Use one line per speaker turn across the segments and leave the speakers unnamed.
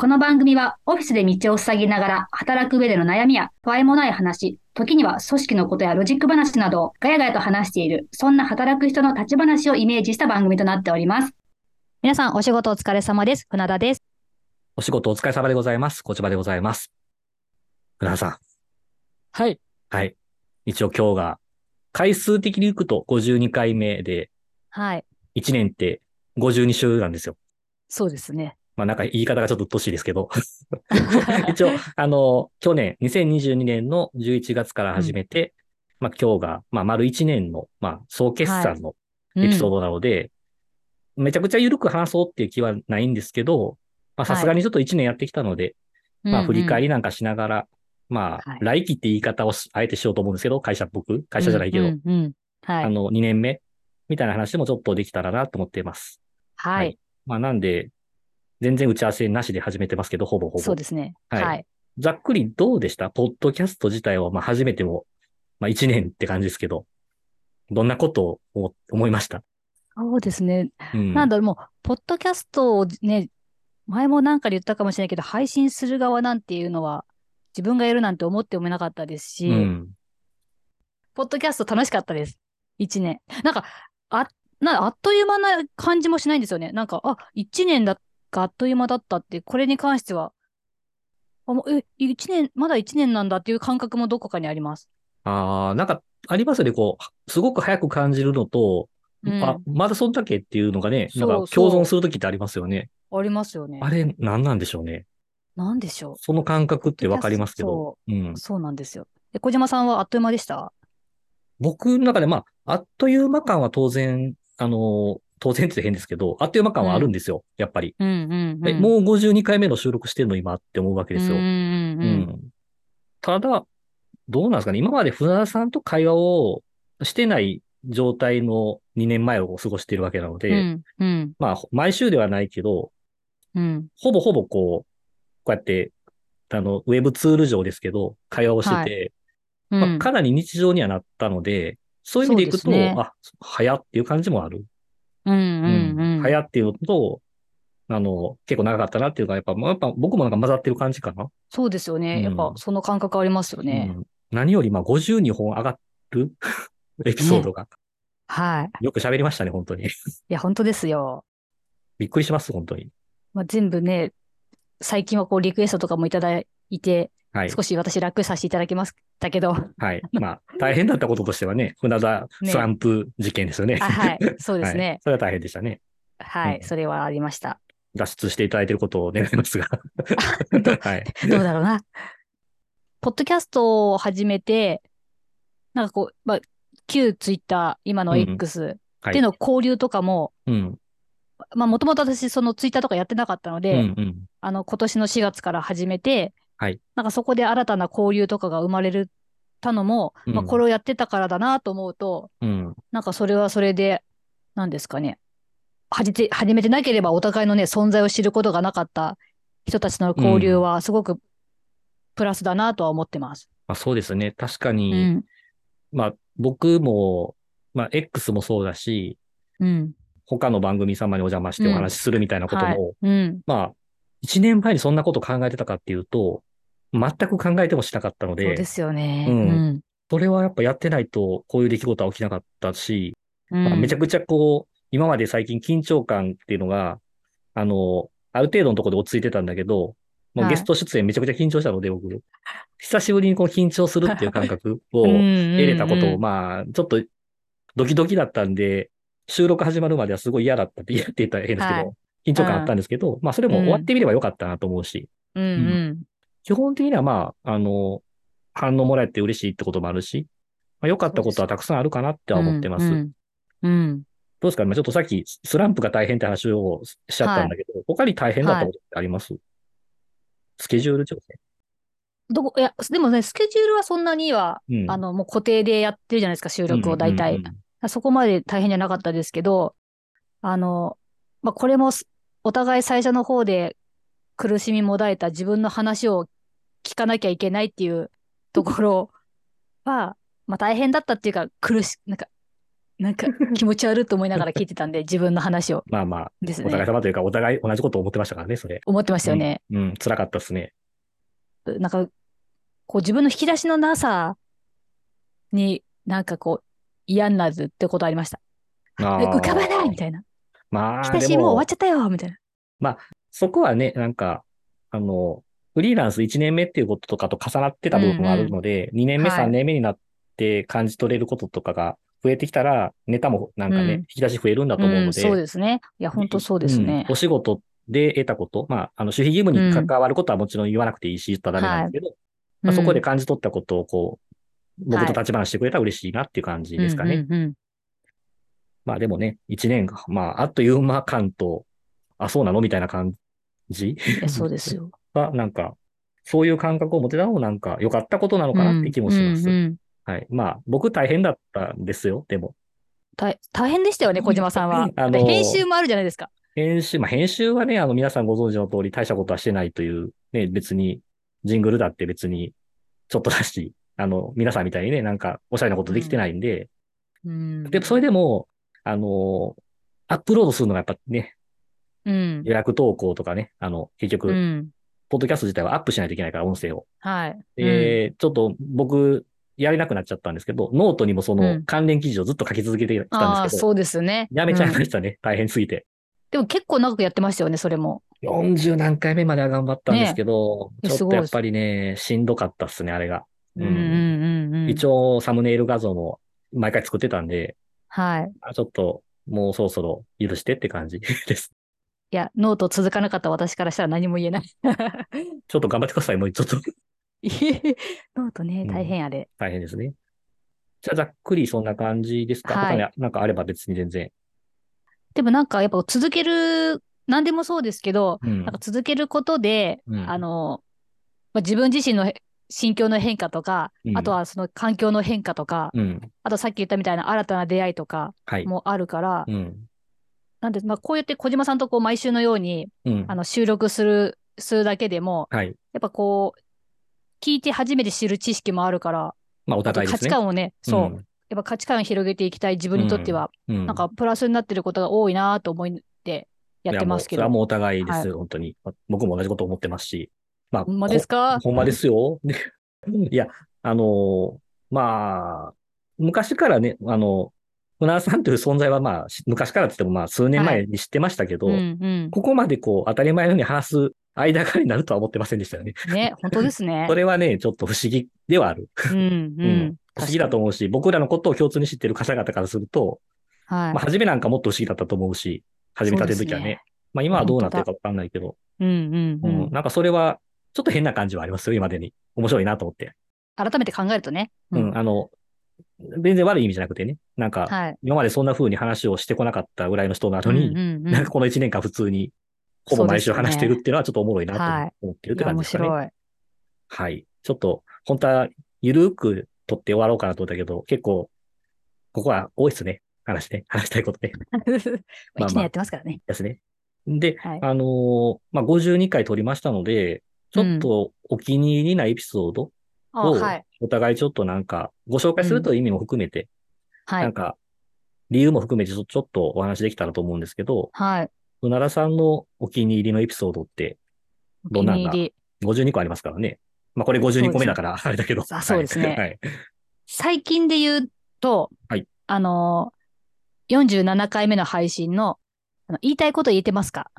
この番組はオフィスで道を塞ぎながら働く上での悩みや不安もない話、時には組織のことやロジック話などをガヤガヤと話している、そんな働く人の立ち話をイメージした番組となっております。皆さんお仕事お疲れ様です。船田です。
お仕事お疲れ様でございます。こちらでございます。船田さ
はい。
ん。はい。一応今日が、回数的に行くと52回目で、
はい。
1年って52週なんですよ。
そうですね。
まあなんか言い方がちょっとうっとうしいです けど。一応、あの、去年、2022年の11月から始めて、まあ今日が、まあ丸1年の、まあ総決算の
うん
エピソードなので、めちゃくちゃ緩く話そうっていう気はないんですけど、まあさすがにちょっと1年やってきたので、まあ、振り
り。
返りなんかしながら、まあ
はい、
来期って言い方をしあえてしようと思うんですけど、会社っぽく、会社じゃないけど、
うんうんうんは
あ
い。
の、2年目みたいな話もちょっとできたらなと思っています。
は
はい
い。
まあ、なんで、全然打ち合わせなしで始めてますけど、ほぼほぼ。
そうですね。
はい
はい。
ざっくりどうでしたポッドキャスト自体は、まあ、初めても、まあ、1年って感じですけど、どんなことを思思いました
そうですね。
うん。
なんだろう、もう、ポッドキャストをね、前もなんかで言ったかもしれないけど、配信する側なんていうのは、自分がやるなんて思ってもいなかったです
う
し、
ん。
ポッドキャスト楽しかったです。一年。なんか、あ、な、あっという間な感じもしないんですよね。なんか、あ、一年だがあっという間だったって、これに関しては、あ、もう、え、一年、まだ一年なんだっていう感覚もどこかにあります。
ああ、なんか、ありますよね。こう、すごく早く感じるのと、
うん
あ、まだそんだけっていうのがね、なんか
そうそう
共存するときってありますよね。
ありますよね。
あれ、何なんでしょうね。
なんでしょう。
その感覚ってわかりますけど。
そ
うん
う、。そうなんですよ。え、小島さんはあっという間でした
僕の中で、まあ、あっという間感は当然、あの、当然って変ですけど、あっという間感はあるんですよ、やっぱり。
うんうん
えもう52回目の収録してるの今って思うわけ
う
ですよ。
んうんうん。
うんただ、どうなんですかね。今まで船田さんと会話をしてない状態の2年前を過ごしているわけなので、
うんうん
まあ、毎週ではないけど、
うん。
ほぼほぼこう、こうやって、あの、ウェブツール上ですけど、会話をしてて、
は
まあ
うん
かなり日常にはなったので、そういう意味でいく
そ
と、
うですね
あ、早っていう感じもある。
うんうんうん。
早っていうのと、あの、結構長かったなっていうのが、やっぱ、まあやっぱ僕もなんか混ざってる感じかな。
そうですよ
うん
ね。やっぱ、その感覚ありますよね。
うん何より、まあ、52本上がる エピソードが。
はい。
よく喋りましたね、本当に。
い や、本当ですよ。
びっくりします、本当に。
まあ、全部ね、最近はこう、リクエストとかもいただいて、
はい。
少し私楽させていただきました けど、
はい。まあ、大変だったこととしてはね、船田スランプ事件ですよね。
あ はい。そうです
はい
ね。
それは大変でしたね。
は
う
い。
ん
それはありま した。
脱出していただいていることを願いますが。 はい。
どうだろうな。ポッドキャストを始めて、なんかこう、まあ、旧ツイッター、今の
うん
X
はい
での交流とかも、
うん。
まあ、もともと私、そのツイッターとかやってなかったの
う
で、
んうん。
あの、今年の4月から始めて、
はい
なんかそこで新たな交流とかが生まれるたのも、
うん
まあ、これをやってたからだなと思うと、
うん。
なんかそれはそれで、なんですかね。はじて、始めてなければお互いのね、存在を知ることがなかった人たちの交流は、すごくプラスだなとは思ってます。
まあそうですね。確か
う
に、
ん。
まあ僕も、まあ X もそうだし、
うん。
他の番組様にお邪魔してお話しするみたいなことも、
はい。うん。
まあ、1年前にそんなこと考えてたかっていうと、全く考えてもしなかったの
そう
で、
ですよね。
う
うんん。
それはやっぱやってないと、こういう出来事は起きなかったし、
うん
まあ、めちゃくちゃこう、今まで最近緊張感っていうのが、あの、ある程度のところで落ち着いてたんだけど、もう
はい
ゲスト出演めちゃくちゃ緊張したので、僕、久しぶりにこう緊張するっていう感覚を
うん
得
うん
れたこと
う
を、
ん
まあ、ちょっとドキドキだったんで、収録始まるまではすごい嫌だったって言 って言ったら変ですけど、
はい
緊張感あったんですけど、まあ、それも終わってみればよかったなと思うし、
うんうん。
基本的にはまあ、あの、反応もらえて嬉しいってこともあるし、まあ、良かったことはたくさんあるかなっては思ってます。
うん。うん。
どうですかね、まあ、ちょっとさっきスランプが大変って話をしちゃったんだけど、他に大変だったことってあります、スケジュール調整。
どこ、いや、でもね、スケジュールはそんなには、
うん
あの、もう固定でやってるじゃないですか、収録を大体。
うんうんうん
そこまで大変じゃなかったですけど、あの、まあ、これもすお互い最初の方で苦しみもだえた自分の話を聞かなきゃいけないっていうところは、まあ、大変だったっていうか、苦し、なんか、なんか気持ち悪いと思いながら聞いてたんで、自分の話を
まあまあ、
です
お互い
ね。
様というか、お互い同じことを思ってましたからね、それ。
思ってましたよね。
うん、辛かったですね。
なんか、こう自分の引き出しのなさに、なんかこう嫌になるってことありました。
あ
え
ー
浮かばないみたいな。
まあ、
引き出し
で
もう
も
終わっちゃったよみたいな。
そこはね、なんか、あの、フリーランス1年目っていうこととかと重なってた部分もあるので、2年目、
はい
3年目になって感じ取れることとかが増えてきたら、ネタもなんかね、
うん
引き出し増えるんだと思う
う
の
ん、
で、
そうですね。いや、本当そうですね
うん。お仕事で得たこと、まあ、あの、守秘義務に
うん
関わることはもちろん言わなくていいし、言ったらダメなんですけど、
う
まあ、
ん
そこで感じ取ったことをこう、僕
はい
と立場にしてくれたら嬉しいなっていう感じですかね。
うんうんうん
まあでもね、1年、まあ、あっという間感と、あ、そうなのみたいな感じ
いやそうです よ。
は、なんか、そういう感覚を持てたのもなんか良かったことなのかなって気もします。
うんうんうん
はい。まあ、僕大変だったんですよ、でも。
大大変でしたよね、小島さんは。
あのー
編集もあるじゃないですか。
編集、まあ編集はね、あの皆さんご存知の通り大したことはしてないという、ね、別に、ジングルだって別に、ちょっとだし、あの、皆さんみたいにね、なんかおしゃれなことできてないんで、
うん
でもそれでも、あの、アップロードするのがやっぱね、
うん。
予約投稿とかね、あの、結局、
うん。
ポッドキャスト自体はアップしないといけないから、音声を。
はい。
で、ちょっと僕、やれなくなっちゃったんですけど、ノートにもそうの
ん
関連記事をずっと書き続けてきた
あ
ん
あー、
ですけど、
そうですね。
やめちゃい
うん
ましたね、大変すぎて。
でも結構長くやってましたよね、それも。
40何回目までは頑張ったんですけど、
ね
ちょっとやっぱりね、しんどかったっすね、あれが。
う
うんん
うんうんうん。
一応、サムネイル画像も毎回作ってたんで、
はい。
あちょっと、もうそろそろ許してって感じ です。
いや、ノート続かなかった私からしたら何も言え ない。
ちょっと頑張ってください、もうちょ っと
ノートね、大変あれ。
大変ですね。じゃあ、ざっくりそんな感じですか、
はい
他になんかあれば別に全然。
でもなんかやっぱ続ける、何でもそうですけど、
うん
なんか続けることで、
うん
あの、まあ、自分自身のへ心境の変化とか、
うん
あとはその環境の変化とか、
うん。
あとさっき言ったみたいな新たな出会いとか
はい。
もあるから、
うん。
なんで、まあ、こうやって小島さんとこう毎週のように
うん
あ。の収録する、するだけでも、
はい。
やっぱこう、聞いて初めて知る知識もあるから、
まあ、お
あと
互いで
価
す
値
ね。
観をね、そう、やっぱ価値観を広げていきたい自分にとっては、
うん。うん。
なんかプラスになってることが多いなと思ってやってますけ
い
ど。
やもうそれはもうお互いで
は
す、本当に。僕も同じこと思ってますし。まあ、
ほんまですか
ほんまですよ。 でいや、あのーまあ、昔からね、あの、船田さんという存在はまあ、し昔からって言ってもまあ、数年前に知ってましたけど、
うんうん。
ここまでこう、当たり前のように話す間柄になるとは思ってませんでしたよね。
ね、本当ですね
そ。れはね、ちょっと不思議ではある。
うんうん。
不思議だと思うし、僕らのことを共通に知ってる方々からすると、
確かに。はい。
まあ、初めなんかもっと不思議だったと思うし、始めたての時は
そうですね
ね。まあ、今はどうなってるかわかんないけど、
うんうんう。
うんん、なんかそれは、ちょっと変な感じはありますよ、今までに。面白いなと思って。
改めて考えるとね。
うん、あの、全然悪い意味じゃなくてね。なんか、
はい。
今までそんな風に話をしてこなかったぐらいの人なのに、
うんうんうん
なんかこの1年間普通に、ほぼ毎週話してるっていうのはちょっとおもろいなと思ってるって
いや
感じ
面
ですかね。
白い。
はい。ちょっと、本当は、ゆるーく撮って終わろうかなと思ったけど、結構、ここは多いっすね。話ね。話したいことね。
まあ一年やってますからね。
ですね。で、
はい
あのーまあ、52回撮りましたので、ちょっとお気に入りなエピソード
あ
を
はい。、
お互いちょっとなんか、ご紹介するという意味も含めて、
は
なん
い。
か、理由も含めてちょちょっとお話できたらと思うんですけど、
はい。
うならさんのお気に入りのエピソードって
お
ど
気
んなん
に
だ
入り。
52個ありますからね。まあこれ52個目だから、あれだけど。
あそうですね
はいはい。
最近で言うと、
はい
あのー、47回目の配信の、あの言いたいこと言えてますか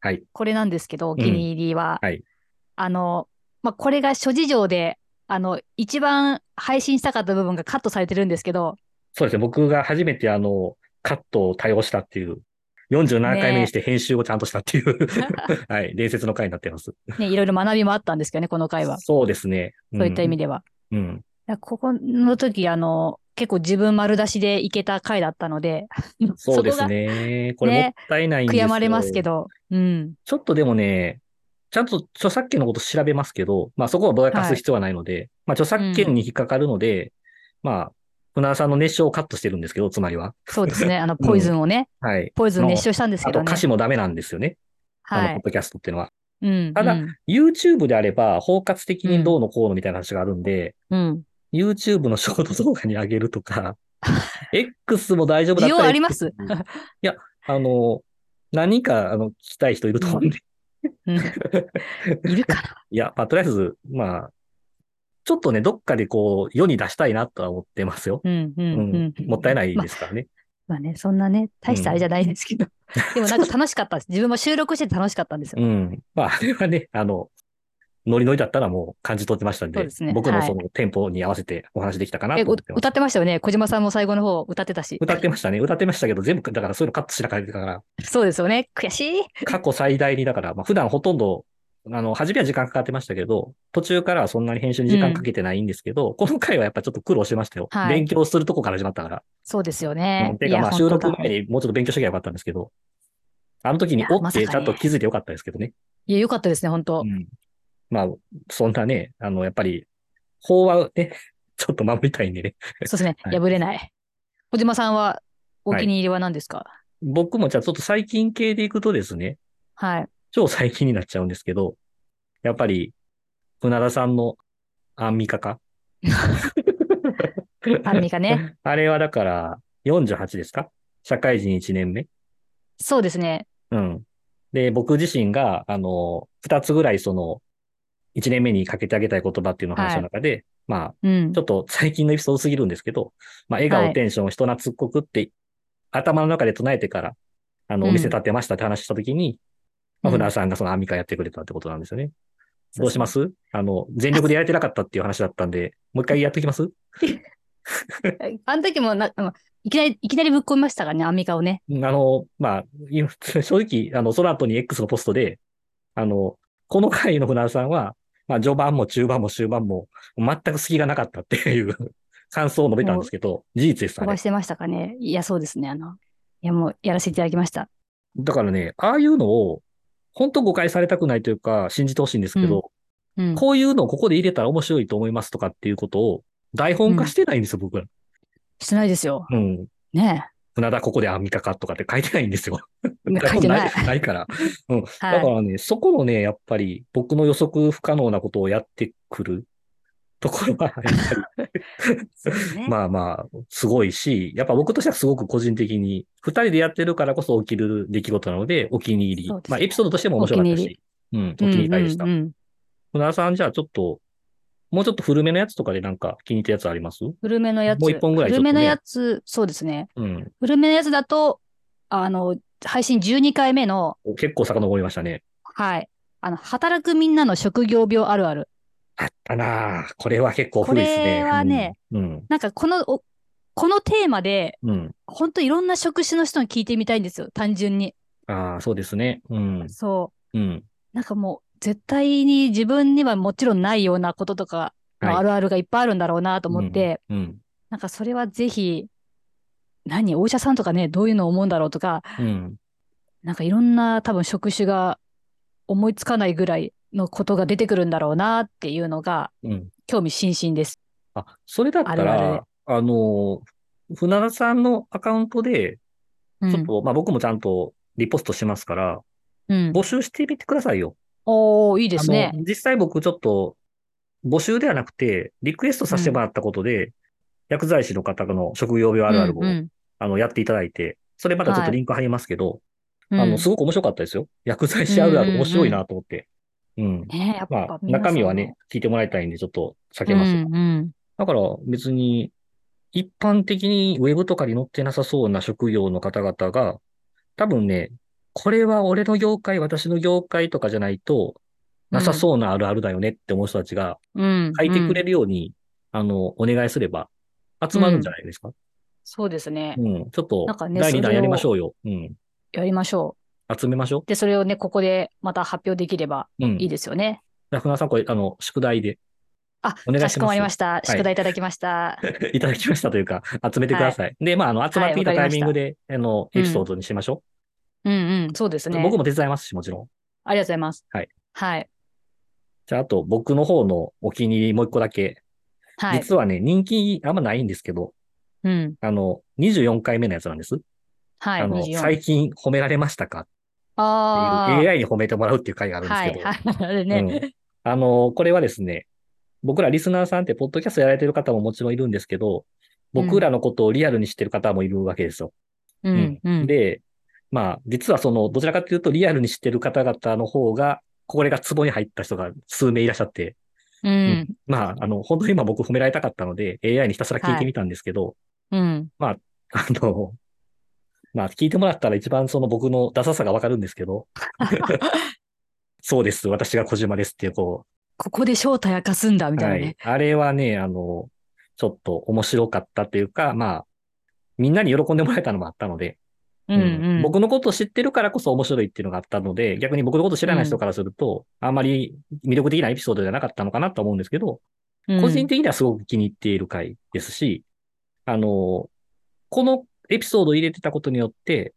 はい。
これなんですけど、お気に入りは。
はい
あの、まあ、これが諸事情で、あの、一番配信したかった部分がカットされてるんですけ ど、
そうですね。僕が初めてあの、カットを対応したっていう、47回目にして編集をちゃんとしたっ ていう、はい、伝説の回になってます。
ね、いろいろ学びもあったんですけどね、この回は。
そうですね。
そういった意味
で。
では。
うん。
いやここの時、あの、結構自分丸出しでいけた回だったので、
そうです
こ
ね。これもったいないん
が
です
悔
よ
やまれますけど、うん。
ちょっとでもね、ちゃんと著作権のこと調べますけど、まあそこはぼやかす必要はないので、まあ著作権に引っかかるので、まあ、船田さんの熱唱をカットしてるんですけど、つまりは。
そうですね、あの、ポイズンをね、
はい。
ポイズン熱唱したんです
あ
けど
と
ね
歌。詞もダメなんですよね。あ
は
の、ポ
い
ッ。ドキャストっていうのは。
うん。
ただ
うん。
YouTube であれば、包括的にどうのこうのみたいな話があるんで、
うん
YouTube のショート動画に上げるとか、 X も大丈夫だ
需
った
要
ら
あります
うんいや、あの、何か、あの、聞きたい人いると思うんで。
うんいるかない
や、まあ、とりあえず、まあ、ちょっとね、どっかでこう、世に出したいなとは思ってますよ。
うんう
うんん。
うん。
もったいない
ま
ですからね。
まあね、そんなね、大したあれじゃないですけど。 でもなんか楽しかったです。自分も収録してて楽しかったんですよ。
うん。まあ、あれはね、あの、ノリノリだったらもう感じ取ってましたんで、
そうですね
僕の
はい
そのテンポに合わせてお話できたかな
え、
と思
お
ってます。
歌ってましたよね。小島さんも最後の方歌ってたし。
歌ってましたね。歌ってましたけど、全部、だからそういうのカットしなかったから、
そうですよね。悔しい。
過去最大に、だから、まあ、普段ほとんど、あの、初めは時間かかってましたけど、途中からはそんなに編集に時間かけてないんですけど、この回はやっぱちょっと苦労しましたよ。
はい
勉強するとこから始まったから。
そうですよ
う
ね
ん。てか、まあ、
本
収
当
録
だ
前にもうちょっと勉強しときゃよかったんですけど、あの時
い、
に
や
お
ま
っ
さか
て
ね
ちゃんと気づいてよかったですけどね。
いや、よかったですね、本当
うんまあ、そんなね、あの、やっぱり、法はね、 ちょっと守りたいんでね。
そうですね。
はい
破れない。小島さんは、お気に入りは何ですか
僕もじゃあちょっと最近系でいくとですね、
はい。
超最近になっちゃうんですけど、やっぱり、船田さんのアンミカか。
アンミカね。
あれはだから、48ですか社会人1年目。
そうですね。
うん。で、僕自身が、あの、二つぐらいその、一年目にかけてあげたい言葉っていうのを話の中で、まあ、
うん
ちょ。っと最近のエピソードすぎるんですけど、まあ、笑
は
顔、
い
テンション、人懐っこくって、頭の中で唱えてから、あの、
うん
お店建てましたって話したときに、まあ、
うん
船田さんがそのアンミカやってくれたってことなんですよね。
そうそう
どうしますあの、全力でやれてなかったっていう話だったんで、もう一回やっときます
あの時もな、うんいきなり、いきなりぶっ込みましたからね、アンミカをね。
うんあの、まあ、い 正直、あの、その後に X のポストで、あの、この回の船田さんは、まあ、序盤も中盤も終盤も、全く隙がなかったっていう 感想を述べたんですけど、事実です、
飛
あれ
ばしてましたかね。いや、そうですね。あの、いや、もう、やらせていただきました。
だからね、ああいうのを、本当誤解されたくないというか、信じてほしいんですけど、
うん。
こういうのをここで入れたら面白いと思いますとかっていうことを、台本化してないんですよ、僕ら。
してないですよ。
うん。
ね
船田ここでアンミカかとかって書いてないんですよ。
え。ね書いて ない。
台本ないから。
は
だか
い。
らね、そこのね、やっぱり僕の予測不可能なことをやってくるところは、やっ ぱ
そうですね
りまあまあ、すごいし、やっぱ僕としてはすごく個人的に、二人でやってるからこそ起きる出来事なので、お気に入り。
そうですね
まあ、エピソードとしても面白かった
お気に入
し、うん、お気に入り会でした。
うんうんうん
船田さん、じゃあちょっと、もうちょっと古めのやつとかでなんか気に入ったやつあります
古めのやつ。
もう一本ぐらいちょっと
古め
ね
のやつ、そうですね。
うん。
古めのやつだと、あの、配信12回目の、
お結構遡りましたね。
はい。あの、働くみんなの職業病あるある。
あったなあこれは結構古いですね。
これはね
うん。
なんかこの、おこのテーマで、
うん。うん。
本当いろんな職種の人に聞いてみたいんですよ、単純に。
ああ、そうですね。うん。
そ
うん。
う。なんかもう、絶対に自分にはもちろんないようなこととか、
はい
あるあるがいっぱいあるんだろうなと思って、
うん。
なんかそれはぜひ、何、お医者さんとかね、どういうのを思うんだろうとか、
うん。
なんかいろんな多分職種が思いつかないぐらいのことが出てくるんだろうなっていうのが
うん。
興味津々です。
あ、それだったら、
あ
あ
るある
の、船田さんのアカウントで、
うん
ちょっと、まあ僕もちゃんとリポストしますから、
うん、
募集してみてくださいよ。
おー、いいですね
あ。の実際僕ちょっと、募集ではなくて、リクエストさせてもらったことで、薬剤師の方の職業病あるあるを、
うんうん
あの、やっていただいて、それまたちょっ
は
と
い
リンク貼りますけど、
うん
あの、すごく面白かったですよ。薬剤師あるある面白いなと思って。うん。
ねえやっ
ま
ぱ
あ、中身はね、、聞いてもらいたいんで、ちょっと避けますが
うんうん
だから別に、一般的にウェブとかに載ってなさそうな職業の方々が、多分ね、これは俺の業界、私の業界とかじゃないと、なさそうなあるあるだよねって思う人たちが
うん、
書いてく
うん
れるように、あの、お願いすれば、集まるんじゃないですか。
そうですね
う。ん。ちょっと
なんか、ね
第2
それ
弾
を
やりましょうよ。うん。
やりましょ
集めましょ
う。で、それをね、ここでまた発表できれば
う。うん。
いいですよね。
ラフナーさん、これ、あの、宿題で
あ、
お願いします
かしこまりました。
い
宿題いただきま した。
いただきましたというか、集めてください。で、まあ、あの、集まってきた
はいわ
タ
か
イ
りまし
ミ
た
ングで、あの、エピソードにしましょ
うんうん、そうです
う。
ね。
僕も手伝いますし、もちろん。
ありがとうございます。
はい。
はい。
じゃあ、あと僕の方のお気に入りもう一個だけ。
はい。
実はね、人気あんまないんですけど、
うん。
あの、24回目のやつなんです。
はい。
あの、
24
最近褒められましたかっ
あー
ていう AI に褒めてもらうっていう回があるんです
は
け
い。
ど、
はい。 あれ
う
ね。
んあの、これはですね、僕らリスナーさんって、ポッドキャストやられてる方ももちろんいるんですけど、僕らのことをリアルに知ってる方もいるわけですよ。
うん。うん。
で、まあ、実はその、どちらかというと、リアルに知ってる方々の方が、これが壺に入った人が数名いらっしゃって、
うん。
まあ、あの、本当に今僕褒められたかったので、AI にひたすら聞いてみたんですけど、
うん。
あの、まあ、聞いてもらったら一番その僕のダサさがわかるんですけ ど、そうです、私が小島ですっていう、こ
ここで正体明かすんだ、み
う、
たい
は
ないね。。
あれはね、あの、ちょっと面白かったというか、まあ、みんなに喜んでもらえたのもあったので、
うん
うん
うん。
僕のことを知ってるからこそ面白いっていうのがあったので、逆に僕のことを知らない人からすると、あんまり魅力的なエピソードじゃなかったのかなと思うんですけど、
うん
個人的にはすごく気に入っている回ですし、あの、このエピソードを入れてたことによって、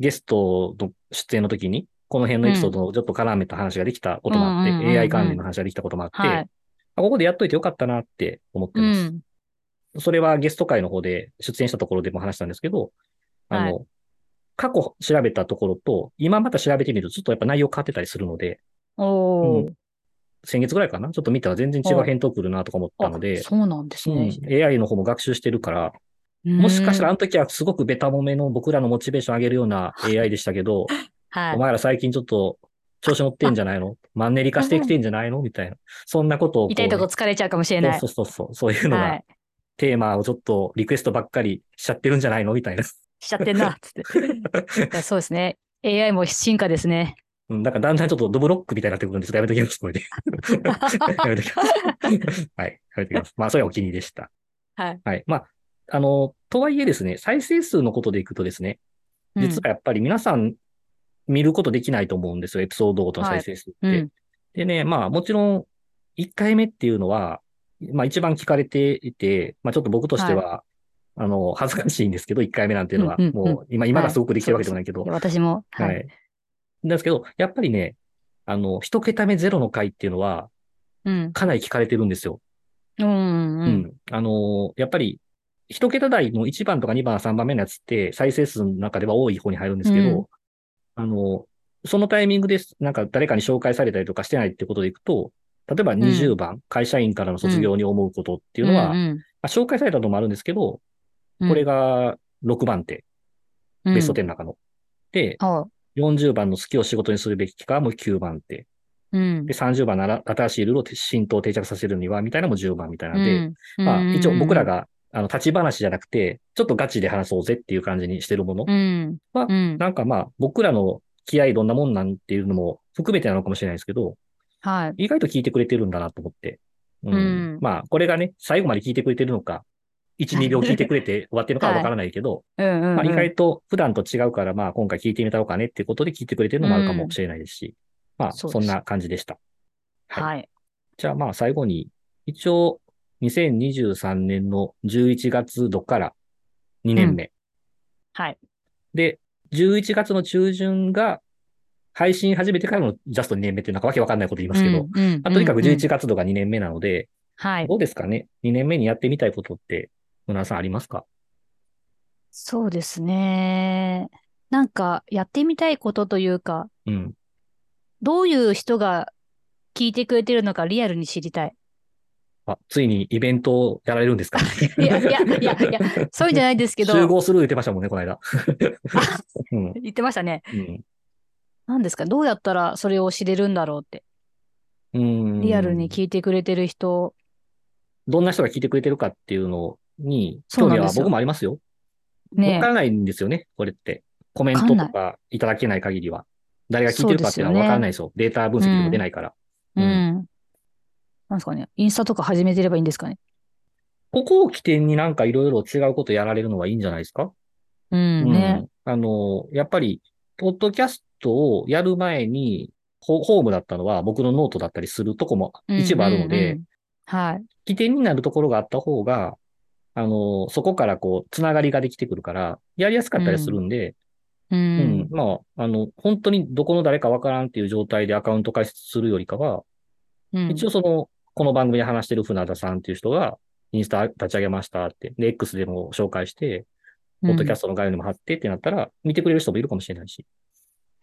ゲストの出演の時に、この辺のエピソードをちょっと絡めた話ができたこともあって、
うんうんうんうん
AI 関連の話ができたこともあって、
はい。
あここでやっといてよかったなって思って
う
ます。
ん。
それはゲスト会の方で出演したところでも話したんですけど、あの、過去調べたところと、今また調べてみると、ちょっとやっぱ内容変わってたりするので、
おー。
先月ぐらいかなちょっと見たら全然違う返答来るなとか思ったので
あ、そうなんですね。
うん AI の方も学習してるから、もしかしたらあ
うん、
の時はすごくベタ褒めの僕らのモチベーション上げるような AI でしたけど、
は
お
い。
前ら最近ちょっと調子乗ってんじゃないのマンネリ化してきてんじゃないのみたいな。そんなことをう
痛いとこ疲れちゃうかもしれない。
そうそうそうそう。そういうの
は
が
い。
テーマをちょっとリクエストばっかりしちゃってるんじゃないのみたいな。
しちゃってん な、つって。いやそうですね。AI も進化ですね。
うん、だからだんだんちょっとドブロックみたいになってくるんで、ちょっとやめときます、これで。 やめときます。はい、やめときます。まあ、それはお気に入りでした。
はい。
はい。まあ、あの、とはいえですね、再生数のことでいくとですね、
うん
実はやっぱり皆さん見ることできないと思うんですよ、エピソードごとの再生数って。
うん。
でね、まあもちろん1回目っていうのは、まあ一番聞かれていて、まあちょっと僕としては、あの、恥ずかしいんですけど、1回目なんていうのは、
うんうんうん
もう今、今がすごくできてるわけでもないけど
いや、私も。
は
はいい。。
ですけど、やっぱりね、あの、一桁目ゼロの回っていうのは、
うん。
かなり聞かれてるんですよ。
うん。う。
うんんあのーやっぱり、一桁台の1番とか2番、3番目のやつって、再生数の中では多い方に入るんですけど、
うん
あのーそのタイミングです、なんか誰かに紹介されたりとかしてないってことでいくと、例えば20番、会社員からの卒業に思うことっていうのは、ま
ん
あ、紹介されたのもあるんですけど、
うん、
これが6番手、
うん、
ベスト
テ
10の中の。で、
ン。は
40番の好きを仕事にするべきかも9番手。
い。うん
で、。30番なら新しいルールを浸透定着させるには、みたいなのも10番みたいな
うん
で、
ん
まあ、一応僕ら
が、
が、あの、立ち話じゃなくて、ちょっとガチで話そうぜっていう感じにしてるもの。
うん。
は
うん
なんかまあ、僕らの気合どんなもんなんっていうのも含めてなのかもしれないですけど、
はい。
意外と聞いてくれてるんだなと思って。うん。
うん
まあ、これがね、最後まで聞いてくれてるのか、1、2秒聞いてくれて終わってるのかはわからないけど、
うんうんうん。
まあ、意外と普段と違うから、まあ、今回聞いてみたろうかねっていうことで聞いてくれてるのもあるかもしれないですし、まあ、
そうです
そんな感じでした。はい
はい。
じゃあまあ最後に、一応2023年の11月度から2年目。
はい。
で、11月の中旬が配信始めてからのジャスト2年目ってなんかわけわかんないこと言いますけど、
うんうん
まあとにかく
うんうん
11月度が2年目なので、
はい。
どうですかね ?2 年目にやってみたいことって、村田さんありますか
そうですね。なんか、やってみたいことというか、
うん。
どういう人が聞いてくれてるのかリアルに知りたい。
あ、ついにイベントをやられるんですか
いや、いや、いや、いや、そういうんじゃないですけど、
集合する言ってましたもんね、この間。
あ
うん。
言ってましたね。
うん
何ですかどうやったらそれを知れるんだろうって。
うん。
リアルに聞いてくれてる人。
どんな人が聞いてくれてるかっていうのに、
そ
興
うなん
味
で
は
すよ
僕もありますよ。わ
ね
からないんですよね、これって。コメントとかいただけない限りは。誰が聞いてるかっていうのはわからないですよ。データ分析でも出ないから。
う
うん
ん。なんですかねインスタとか始めてればいいんですかね
ここを起点になんかいろいろ違うことやられるのはいいんじゃないですか
うんね。
うんあの、やっぱり、ポッドキャストをやる前に、ホホームだったのは僕のノートだったりするとこも一部あるので、
うんうんうん。はい。
起点になるところがあった方が、あの、そこからこう、つながりができてくるから、やりやすかったりするんで、
う
うん
ん。、
まあ、あの、本当にどこの誰かわからんっていう状態でアカウント開設するよりかは、
うん
一応その、この番組で話してる船田さんっていう人が、インスタ立ち上げましたって、で、X でも紹介して、ポッドキャストの概要にも貼ってってなったら、見てくれる人もいるかもしれないし。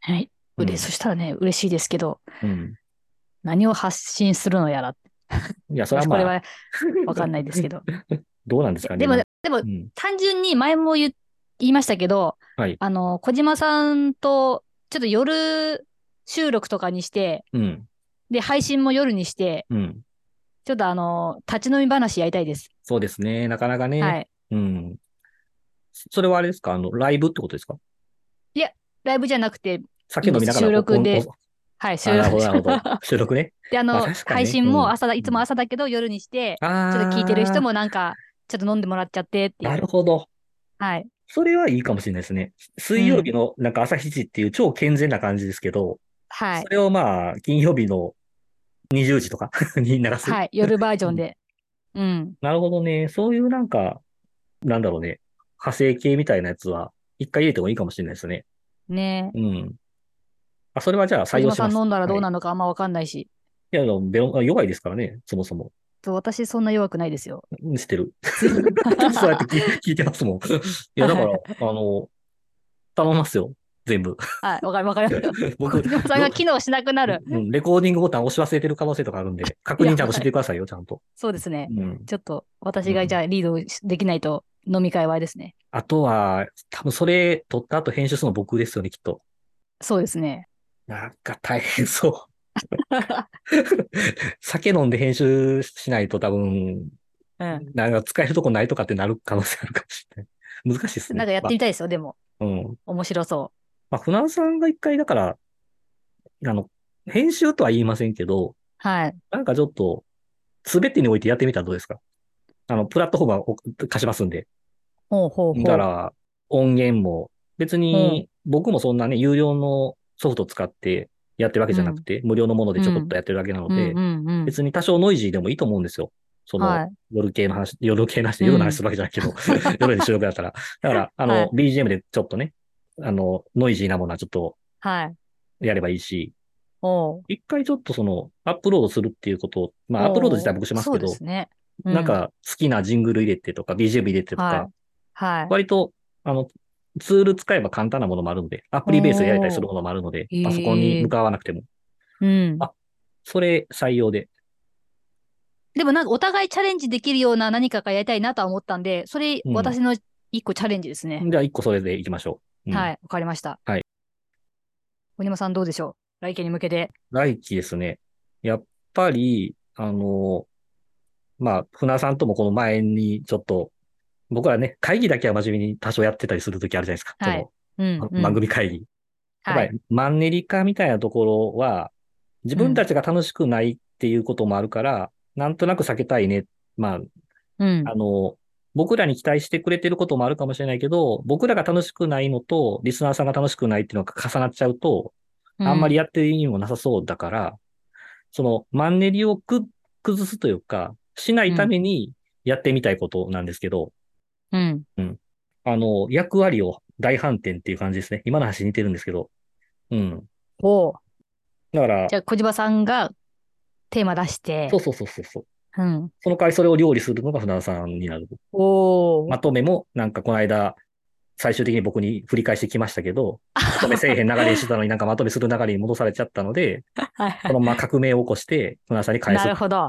うんはい。うれ、そしたらね、嬉しいですけど、
うん。
何を発信するのやら。
いや、それは
これ
まあ、
はわかんないですけど。
どうなんですかね。
でも、
今
でも
う、ん。
単純に前も言言いましたけど、
はい
あの、小島さんと、ちょっと夜収録とかにして、
うん。
で、配信も夜にして、
うん。
ちょっとあの、立ち飲み話やりたいです。
そうですね。なかなかね。
はい。
うん。それはあれですかあの、ライブってことですか
ライブじゃなくて、
酒飲みながら。
収録で
おおお
はい、
あ
収
なるほ
録
ど、なるほど。収録ね。
で、あの、
まあ確かにね
配信も朝だ、
うん
いつも朝だけど夜にして、
あ
ちょ
あ。
っと聞いてる人。もなんか、ちょっと飲んでもらっちゃってっていう。
なるほど。
はい。
それはいいかもしれないですね。水曜日のなんか朝7時っていう超健全な感じですけど、
はい
そ。れをまあ、金曜日の20時とか に流す。
はい。夜バージョンで。うん。
なるほどね。そういうなんか、なんだろうね。派生系みたいなやつは、一回入れてもいいかもしれないですね。
ねえ。
うん。あ、それはじゃあ採
小
用
島
し
さ
ま
ん
す。
飲んだらどうなのかあんまわかんないし。
いや、でもベロンあ弱いですからね、そもそも。
と私そんな弱くないですよ。
うんし てる。 そうやって聞い聞いてますもん。いや、だから、あの、頼みますよ。全 部。
はい。わかるわかりました。
僕、
小島さんが機能しなくなる。
うん、レコーディングボタン押し忘れてる可能性とかあるんで、確認ちゃんとしてくださいよ、ちゃんと。
そうですね。
うん。
ちょっと私がじゃあリードしできないと飲み会はあれですね。
あとは、多分それ撮った後編集するの僕ですよね、きっと。
そうですね。
なんか大変そう。 酒飲んで編集しないと多分、
うん。
なんか使えるとこないとかってなる可能性あるかもしれない。難しいですね。
なんかやってみたいですよ、でも。
まあうん。
面白そ
まあ、船尾さんが一回、だから、あの、編集とは言いませんけど、
う。はい。
なんかちょっと、すべてにおいてやってみたらどうですかあの、プラットフォームはお貸しますんで。
ほうほうほう。
だから、音源も、別に僕もそんなね、有料のソフト使ってやってるわけじゃなくて、無料のものでちょこっとやってるだけなの
うん
で、
うんうん。
別に多少ノイジーでもいいと思うんですよ。その、
はい。
夜系の話、夜系の話で夜の話するわけじゃないけど、 夜で収録だったら。だから、あの、
はい
BGM でちょっとね、あの、ノイジーなものはちょっと
はい。
やればいいし、
おう
一回ちょっとその、アップロードするっていうことを、まあ、アップロード自体僕しますけ
そう
ど
で、すね。う
なん、か好きなジングル入れてとか、BGM 入れてと
は
か
い、は
割と、あの、ツール使えば簡単なものもあるので、アプリベースでやれたりするものもあるので
お、ー
パソコンに向かわなくても、
い。うん
あ。それ採用で。
でもなんかお互いチャレンジできるような何かがやりたいなとは思ったんで、それ
うん
私の一個チャレンジですね。
じゃあ一個それでいきましょう。うん
はい。わかりました。
はい。
小島さんどうでしょう来期に向けて。
来期ですね。やっぱり、あの、まあ、船さんともこの前にちょっと、僕らね、会議だけは真面目に多少やってたりするときあるじゃないですか。
はいうん
この、
うん
番。組会議。や
は
っぱ
い。
りマンネリ化みたいなところは、自分たちが楽しくないっていうこともあるから、なんとなく避けたいね。まあ、
うん。
あの、僕らに期待してくれてることもあるかもしれないけど、僕らが楽しくないのと、リスナーさんが楽しくないっていうのが重なっちゃうと、あんまり
や、
やってる意味もなさそうだから、そのマンネリをく崩すというか、しないためにやってみたいことなんですけど、
うん。
あの、役割を大反転っていう感じですね。今の話似てるんですけど。うん。
おう
だから
じ、ゃあ小島さんがテーマ出して
そ、うそうそうそうそう。
うん。
その代わりそれを料理するのが船田さんになる。
おお。
まとめも、なんかこの間、最終的に僕に振り返してきましたけど、まとめせえへん流れにしてたのになんかまとめする流れに戻されちゃったので、
はい
このまま革命を起こして、船田さんに返
な
す
る。ほど。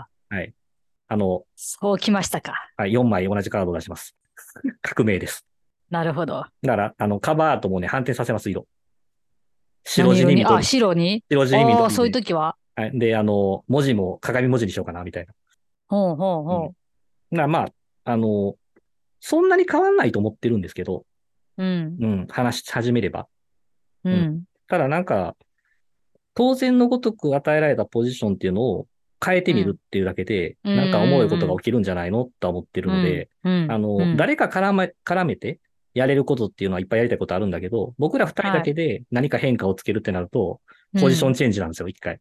あの、
そうきましたか。
はい、4枚同じカードを出します。革命です。
なるほど。
だから、あの、カバーアートもね、反転させます、色。白
何
地
色
に
にあ、
緑。
白に
白地に
あ
緑
あ、
で
そういう時は
はいで、あの、文字も鏡文字にしようかな、みたいな。
ほうほうほ
なまあ、あの、そんなに変わんないと思ってるんですけど、
う。うん。
うん、話し始めれば。
うんん。
ただなんか、当然のごとく与えられたポジションっていうのを変えてみるっていうだけで、
うん
なんか思うことが起きるんじゃないのとは思ってるので、
うん、
あの、
うん
誰か絡め、絡めてやれることっていうのはいっぱいやりたいことあるんだけど、僕ら二人だけで何か変化をつけるってなると、ポジションチェンジなんですよ、一回。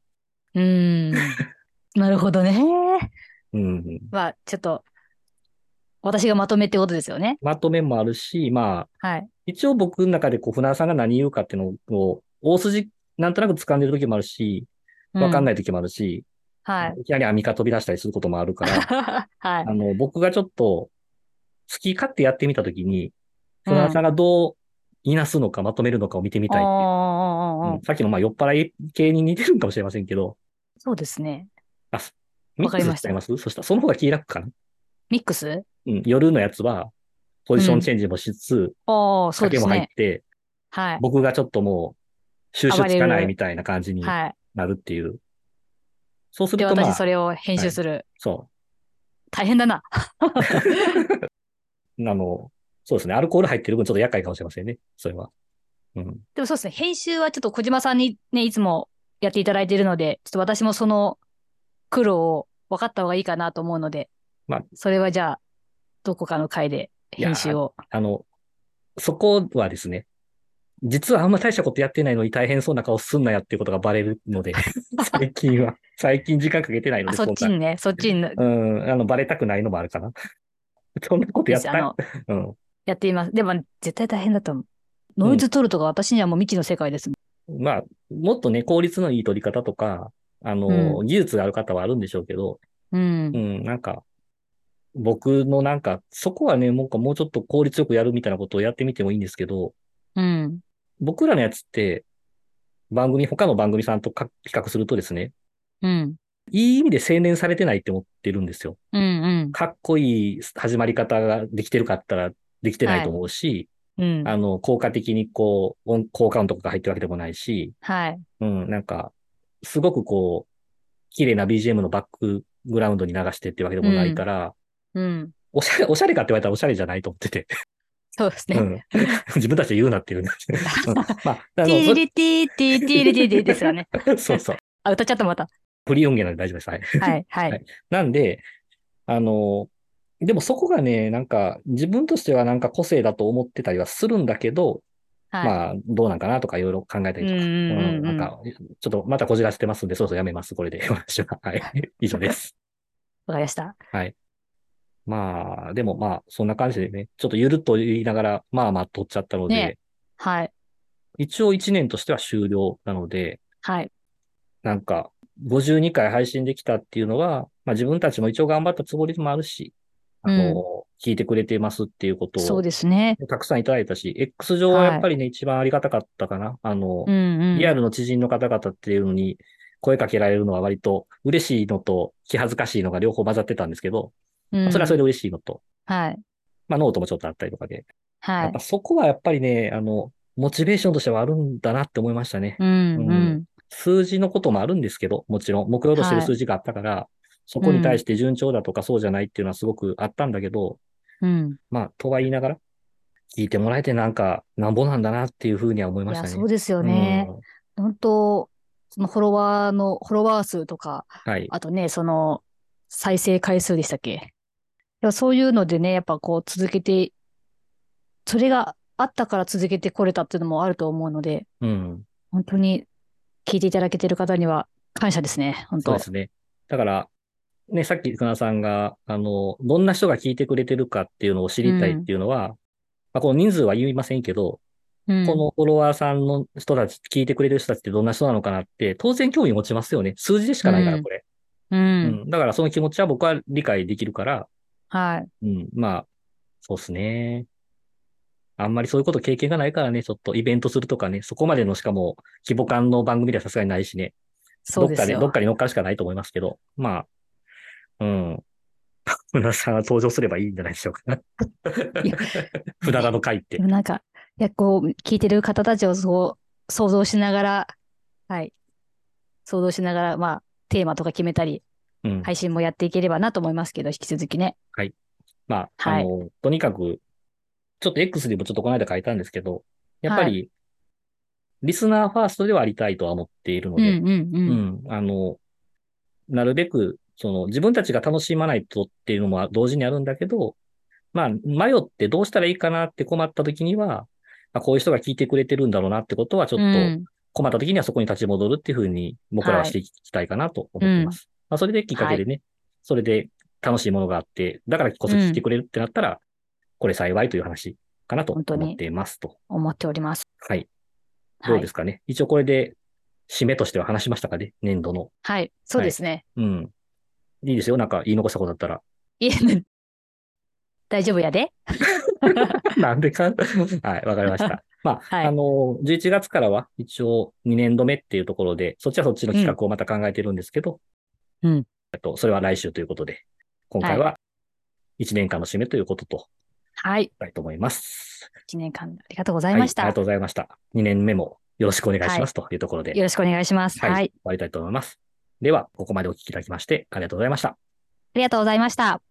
うん。なるほどね。
うん。
まあ、ちょっと、私がまとめってことですよね。
まとめもあるし、まあ、
はい。
一応僕の中でこう、船田さんが何言うかっていうのを、大筋、なんとなく掴んでる時もあるし、わかん
ない。
ない時もあるし、
はい。
いきなり網か飛び出したりすることもあるから、
はい
あ。の、僕がちょっと、好き勝手やってみたときに、
うん
船田さんがどういなすのかまとめるのかを見てみたいっていう
おーおーおーおー
うんさっきのまあ酔っ払い系に似てるんかもしれませんけど、
そうですね。
あ、
わかりました
ミックスしちゃいますそしたらその方が気楽かな。
ミックス
うん、夜のやつは、ポジションチェンジもしつつ、
ああ、そうで
酒
す
も入っ
ね。
て、
はい。
僕がちょっともう、収拾つかないみたいな感じに
はい。
なるっていう。そうす
で、
ると、まあ、
私
そ
それを編集する。
そ
大変だな。
う。あの、そうですね。アルコール入ってる分、ちょっと厄介かもしれませんね。それは。うん。
でもそうですね。編集はちょっと小島さんにね、いつもやっていただいているので、ちょっと私もその苦労を分かった方がいいかなと思うので、
まあ
それはじゃあ、どこかの回で編集を。
あの、そこはですね、実はあんま大したことやってないのに大変そうな顔すんなやっていうことがバレるの で、最近は、最近時間かけてない
あ、
ので、
そっちに
ん
ね、そっちに
なうん、あの、バレたくないのもあるかな。そんなことやった
あの
うん。
やってみます。でも絶対大変だと思う。ノイズ取るとか私にはもう未知の世界ですもん。
まあ、もっとね、効率のいい取り方とか、あの、技術がある方はあるんでしょうけど、
うん
う。ん、なんか、僕のなんか、そこはね、もうかもうちょっと効率よくやるみたいなことをやってみてもいいんですけど、
うん。
僕らのやつって、番組、他の番組さんとか比較するとですね、
うん。
いい意味で洗練されてないって思ってるんですよ。
うん。うん。
かっこいい始まり方ができてるかったらできてないと思うし、
うん。
あの、効果的にこう、音効果音とかが入ってるわけでもないし、
はい。
うん、なんか、すごくこう、綺麗な BGM のバックグラウンドに流してってわけでもないから、
うん。
おしゃれ、おしゃれかって言われたらおしゃれじゃないと思っ てて。
そうです
う
ね。
ん、自分たちで言うな っていうね。うんまあ、あ
テ
の
ィーリティーティーティーリティーティーですよ ね。
そそうそう。
あ、歌っちゃったまた。
フリー音源なんで大丈夫です。はい。
はい。は。
はいいなんで、あの、でもそこがね、なんか自分としてはなんか個性だと思ってたりはするんだけど、
はい。
まあどうなんかなとかいろいろ考えたりとか、
うんうんうんうん
なんかちょっとまたこじらせてますんで、そろそろやめます、これで。 私は。 はい。以上です。
わかりました。
まあ、でもまあそんな感じでね、ちょっとゆるっと言いながら、まあまあ取っちゃったので、
ねはい。
一応1年としては終了なので、
はい。
なんか52回配信できたっていうのは、まあ自分たちも一応頑張ったつもりでもあるし、あの、聞いてくれてますっていうことを、
そうですね。
たくさんいただいたし、X 上はやっぱりね、一番ありがたかったかな。あの
う、んうん。
リアルの知人の方々っていうのに声かけられるのは割と嬉しいのと気恥ずかしいのが両方混ざってたんですけど、
うん、
それはそれで嬉しいのと、
はい。
まあノートもちょっとあったりとかで、
は
やっ
い
ぱ。そこはやっぱりね、あの、モチベーションとしてはあるんだなって思いましたね。
うん
う
うん。
数字のこともあるんですけど、もちろん目標としてる数字があったから、そこに対して順調だとかそうじゃないっていうのはすごくあったんだけど、
うん。
まあ、とは言いながら、聞いてもらえてなんか、なんぼなんだなっていうふうには思い
い
まし
や、
たね。
そうですよ
す
ね。。本当そのフォロワーの、フォロワー数とか、
はい。
あとね、その、再生回数でしたっけ。いやそういうのでね、やっぱこう続けて、それがあったから続けてこれたっていうのもあると思うので、
うん。
本当に聞いていただけてる方には感謝ですね。本
そう
当
で。すね。だから、ね、さっき福田さんが、あの、どんな人が聞いてくれてるかっていうのを知りたいっていうのは、まあ、この人数は言いませんけど、
うん
このフォロワーさんの人たち、聞いてくれてる人たちってどんな人なのかなって、当然興味持ちますよね。数字でしかないから、
うん
これ、
う
うん
ん。
だからその気持ちは僕は理解できるから、
はい。
うん、まあ、そうですね。あんまりそういうこと経験がないからね、ちょっとイベントするとかね、そこまでのしかも規模感の番組ではさすがにないしね、
そ
ど
う
っ
で
か
す
で、どっ
よ。
かに乗っかるしかないと思いますけど、まあ、うん。村田さんは登場すればいいんじゃないでしょうか。
い や
ふだらの会って
で。もなんか、いや、こう、聞いてる方たちをそう、想像しながら、はい。想像しながら、まあ、テーマとか決めたり、
うん。
配信もやっていければなと思いますけど、引き続きね。
まあ、
はい
あの、とにかく、ちょっと X でもちょっとこの間書いたんですけど、やっぱり、リスナーファーストではありたいとは思っているの
う
で、
んうんうん。
うん、あの、なるべく、その、自分たちが楽しまないとっていうのも同時にあるんだけど、まあ、迷ってどうしたらいいかなって困った時には、あこういう人が聞いてくれてるんだろうなってことは、ちょ
う
っと
ん
困った時にはそこに立ち戻るっていうふうに、僕らはしていきたいかなと思っています。まあ、それできっかけでね、それで楽しいものがあって、だからこそ聞いてくれるってなったら、これ幸いという話かなと
本当に
思っていますと。
思っております。
はい。ど
は
うで
い。
すかね。一応これで、締めとしては話しましたかね、年度の。
はい。そうですね。
うん。いいですよ。なんか言い残したことだったら。
いえ 大丈夫やで。
なんでか。 はい、わかり ました。まあ、
はい
あの、11月からは一応2年度目っていうところで、そっちはそっちの企画をまた考えてるんですけど、
うんうん
えっと、それは来週ということで、今回は1年間の締めということと、
はい。
したいと思います。
1年間ありがとうござ
はい
ました。
ありがとうございました。2年目もよろしくお願いしますというところで、
よろしくお願いします。
はい
はい
終わりたいと思います。では、ここまでお聞きいただきまして、ありがとうございました。
ありがとうございました。